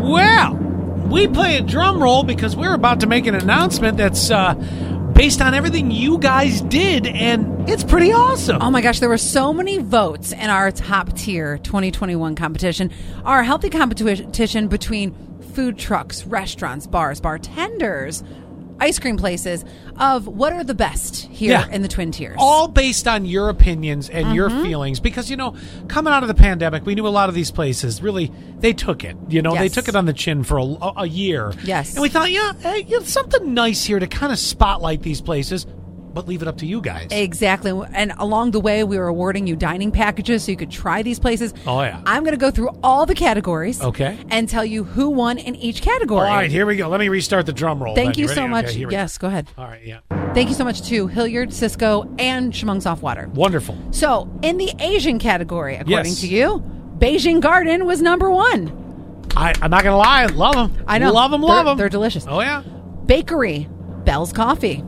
Well, we play a drum roll because we're about to make an announcement that's uh, based on everything you guys did, and it's pretty awesome. Oh my gosh, there were so many votes in our top tier 2021 competition. Our healthy competition between food trucks, restaurants, bars, bartenders, ice cream places of what are the best here Yeah. in the Twin Tiers. all based on your opinions and your Mm-hmm. feelings because you know coming out of the pandemic we knew a lot of these places really they took it you know they Yes. took it on the chin for a, a year Yes. and we thought yeah hey, you know, something nice here to kind of spotlight these places but leave it up to you guys Exactly. And along the way, we were awarding you dining packages so you could try these places. Oh, yeah. I'm going to go through all the categories. Okay. And tell you who won in each category. all right here we go let me restart the drum roll Thank then. you ready? so Okay, much. here we go. yes, go ahead. all right yeah Thank you so much to Hilliard, Cisco, and Shemung Softwater. wonderful So, in the Asian category, according Yes. to you, Beijing Garden was number one. I, i'm not gonna lie love them I know. love them love They're- them they're delicious. oh yeah Bakery, Bell's Coffee.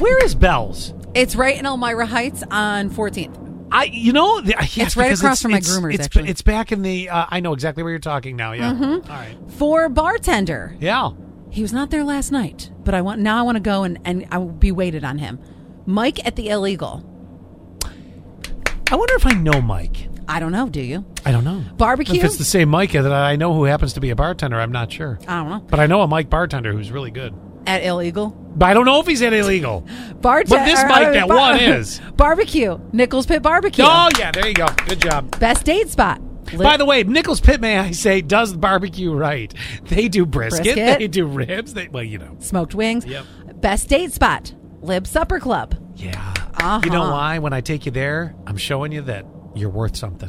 where is bells It's right in Elmira Heights on 14th. I, you know, the, yes, It's right because across from my it's- groomer's, It's, actually. Mm-hmm. it's back in the. Uh, I know exactly where you're talking now. Yeah. All right. For bartender, Yeah. he was not there last night, but I want now I want to go and, and I will be waited on him. Mike at the Illegal. I wonder if I know Mike. I don't know, do you? I don't know. Barbecue? If it's the same Mike that I know who happens to be a bartender, I'm not sure. I don't know. But I know a Mike bartender who's really good. At Illegal. But I don't know if he's at illegal. Bartender. But this Mike that one is. Barbecue. Nichols Pit Barbecue. Oh yeah, there you go. Good job. Best date spot. Lit- By the way, Nichols Pit, may I say, does the barbecue right. They do brisket, Brisket. they do ribs, they well, you know. smoked wings. Yep. Best date spot. Lib Supper Club. Yeah. You know Uh-huh. why? When I take you there, I'm showing you that you're worth something.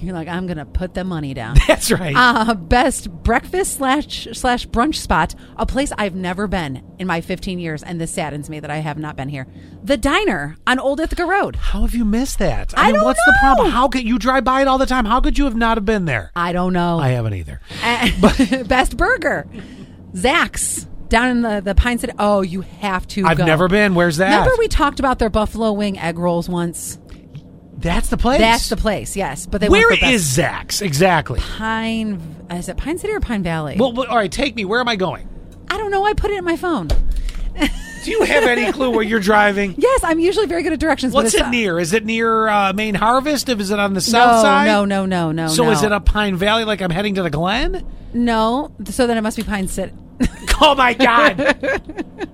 You're like, I'm gonna put the money down. That's right. Uh, best breakfast slash slash brunch spot, a place I've never been in my 15 years, and this saddens me that I have not been here. The diner on Old Ithaca Road. How have you missed that? I mean, don't what's the problem? know. How could you drive by it all the time? How could you have not have been there? I don't know. I haven't either. Uh, best burger, Zax down in the the Pine City. Oh, you have to. I've go. never been. Where's that? Remember we talked about their buffalo wing egg rolls once. That's the place. That's the place. Yes, but they went Where for best is Zach's exactly? Pine? Is it Pine City or Pine Valley? Well, well, all right, take me. Where am I going? I don't know. I put it in my phone. Do you have any clue where you're driving? Yes, I'm usually very good at directions. What's but it it's, near? Is it near uh, Main Harvest? If is it on the No, south side? no, no, no, no. So no. is it up Pine Valley, like I'm heading to the Glen? No, so then it must be Pine City. Oh my God!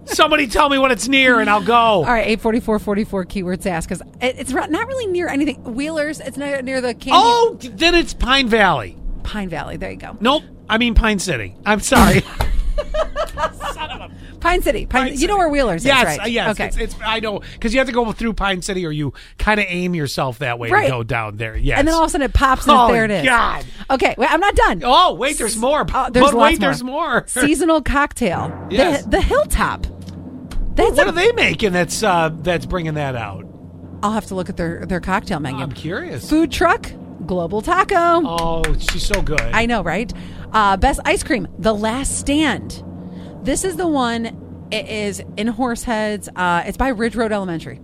Somebody tell me when it's near, and I'll go. All right, 844 44 keywords asked because it's ro- not really near anything. Wheelers, it's not near the candy. Oh, then it's Pine Valley. Pine Valley. There you go. Nope. I mean Pine City. I'm sorry. Pine City. Pine, Pine you City. know where Wheelers yes, is, right? uh, yes. Okay. It's, it's I know because you have to go through Pine City, or you kind of aim yourself that way Right. to go down there. Yes, and then all of a sudden it pops and Holy there it is. Oh, God. Okay, wait, I'm not done. Oh wait, there's more. Oh, there's but lots wait, more. there's more. Seasonal cocktail. Yes. The, the Hilltop. That's what a- are they making? That's uh, that's bringing that out. I'll have to look at their, their cocktail menu. I'm curious. Food truck, Global Taco. Oh, she's so good. I know, right? Uh, best ice cream, The Last Stand. This is the one. It is in Horseheads. Uh, it's by Ridge Road Elementary.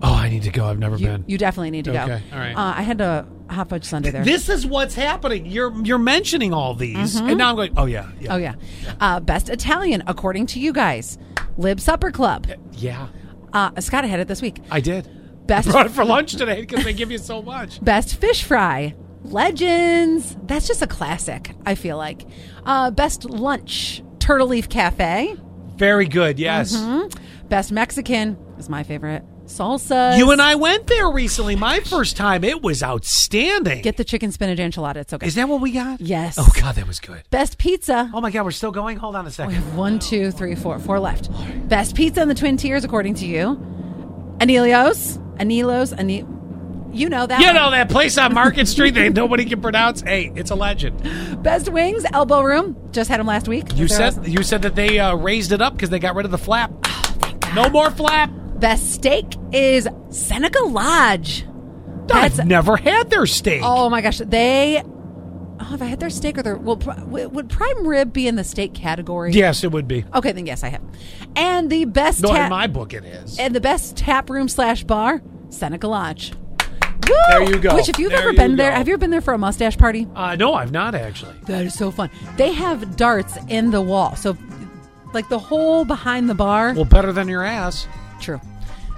oh, I need to go. I've never You, been. you definitely need to go. Okay, all right. Uh, I had a hot fudge sundae there. this is what's happening. You're you're mentioning all these, and now I'm going. Oh yeah, yeah, oh yeah. Uh, best Italian, according to you guys, Lib Supper Club. yeah. Uh, Scott had it this week. I did. Best Brought it for lunch today because they give you so much. best fish fry, Legends. That's just a classic. I feel like. Uh, best lunch, Turtle Leaf Cafe. Very good. Yes. Mm-hmm. Best Mexican is my favorite. Salsa. You and I went there recently. My first time. It was outstanding. Get the chicken spinach enchilada. It's okay. Is that what we got? Yes. Oh God, that was good. Best pizza. Oh my God, we're still going. Hold on a We second. have one, two, three, four, four left. Best pizza in the Twin Tiers, according to you. Anelios. Anelios. Ane- you know that. You one. know that place on Market Street that nobody can pronounce? Hey, it's a legend. Best wings, Elbow Room. Just had them last week. You There said was- you said that they uh, raised it up because they got rid of the flap. Oh, No more flap. Best steak is Seneca Lodge. That's. I've never had their steak. Oh my gosh. They. Oh, if I had their steak or their. Well, pri- would prime rib be in the steak category? Yes, it would be. Okay, then yes, I have. And the best. No, ta- in my book, it is. and the best tap room slash bar, Seneca Lodge. Woo! There you go. Which, if you've There ever you been there, go. have you ever been there for a mustache party? Uh, no, I've not actually. That is so fun. They have darts in the wall. So, like the whole behind the bar. Well, better than your ass. True.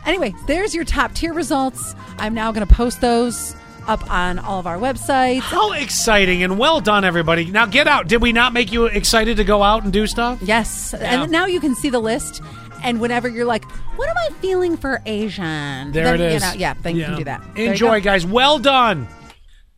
Anyway, there's your top tier results. I'm now going to post those up on all of our websites. How exciting and well done, everybody. Now get out. Did we not make you excited to go out and do stuff? Yes. Yeah. And now you can see the list. And whenever you're like, what am I feeling for Asian? There Then, it you is. know, yeah, then you can do that. There you Enjoy, go. guys. Well done.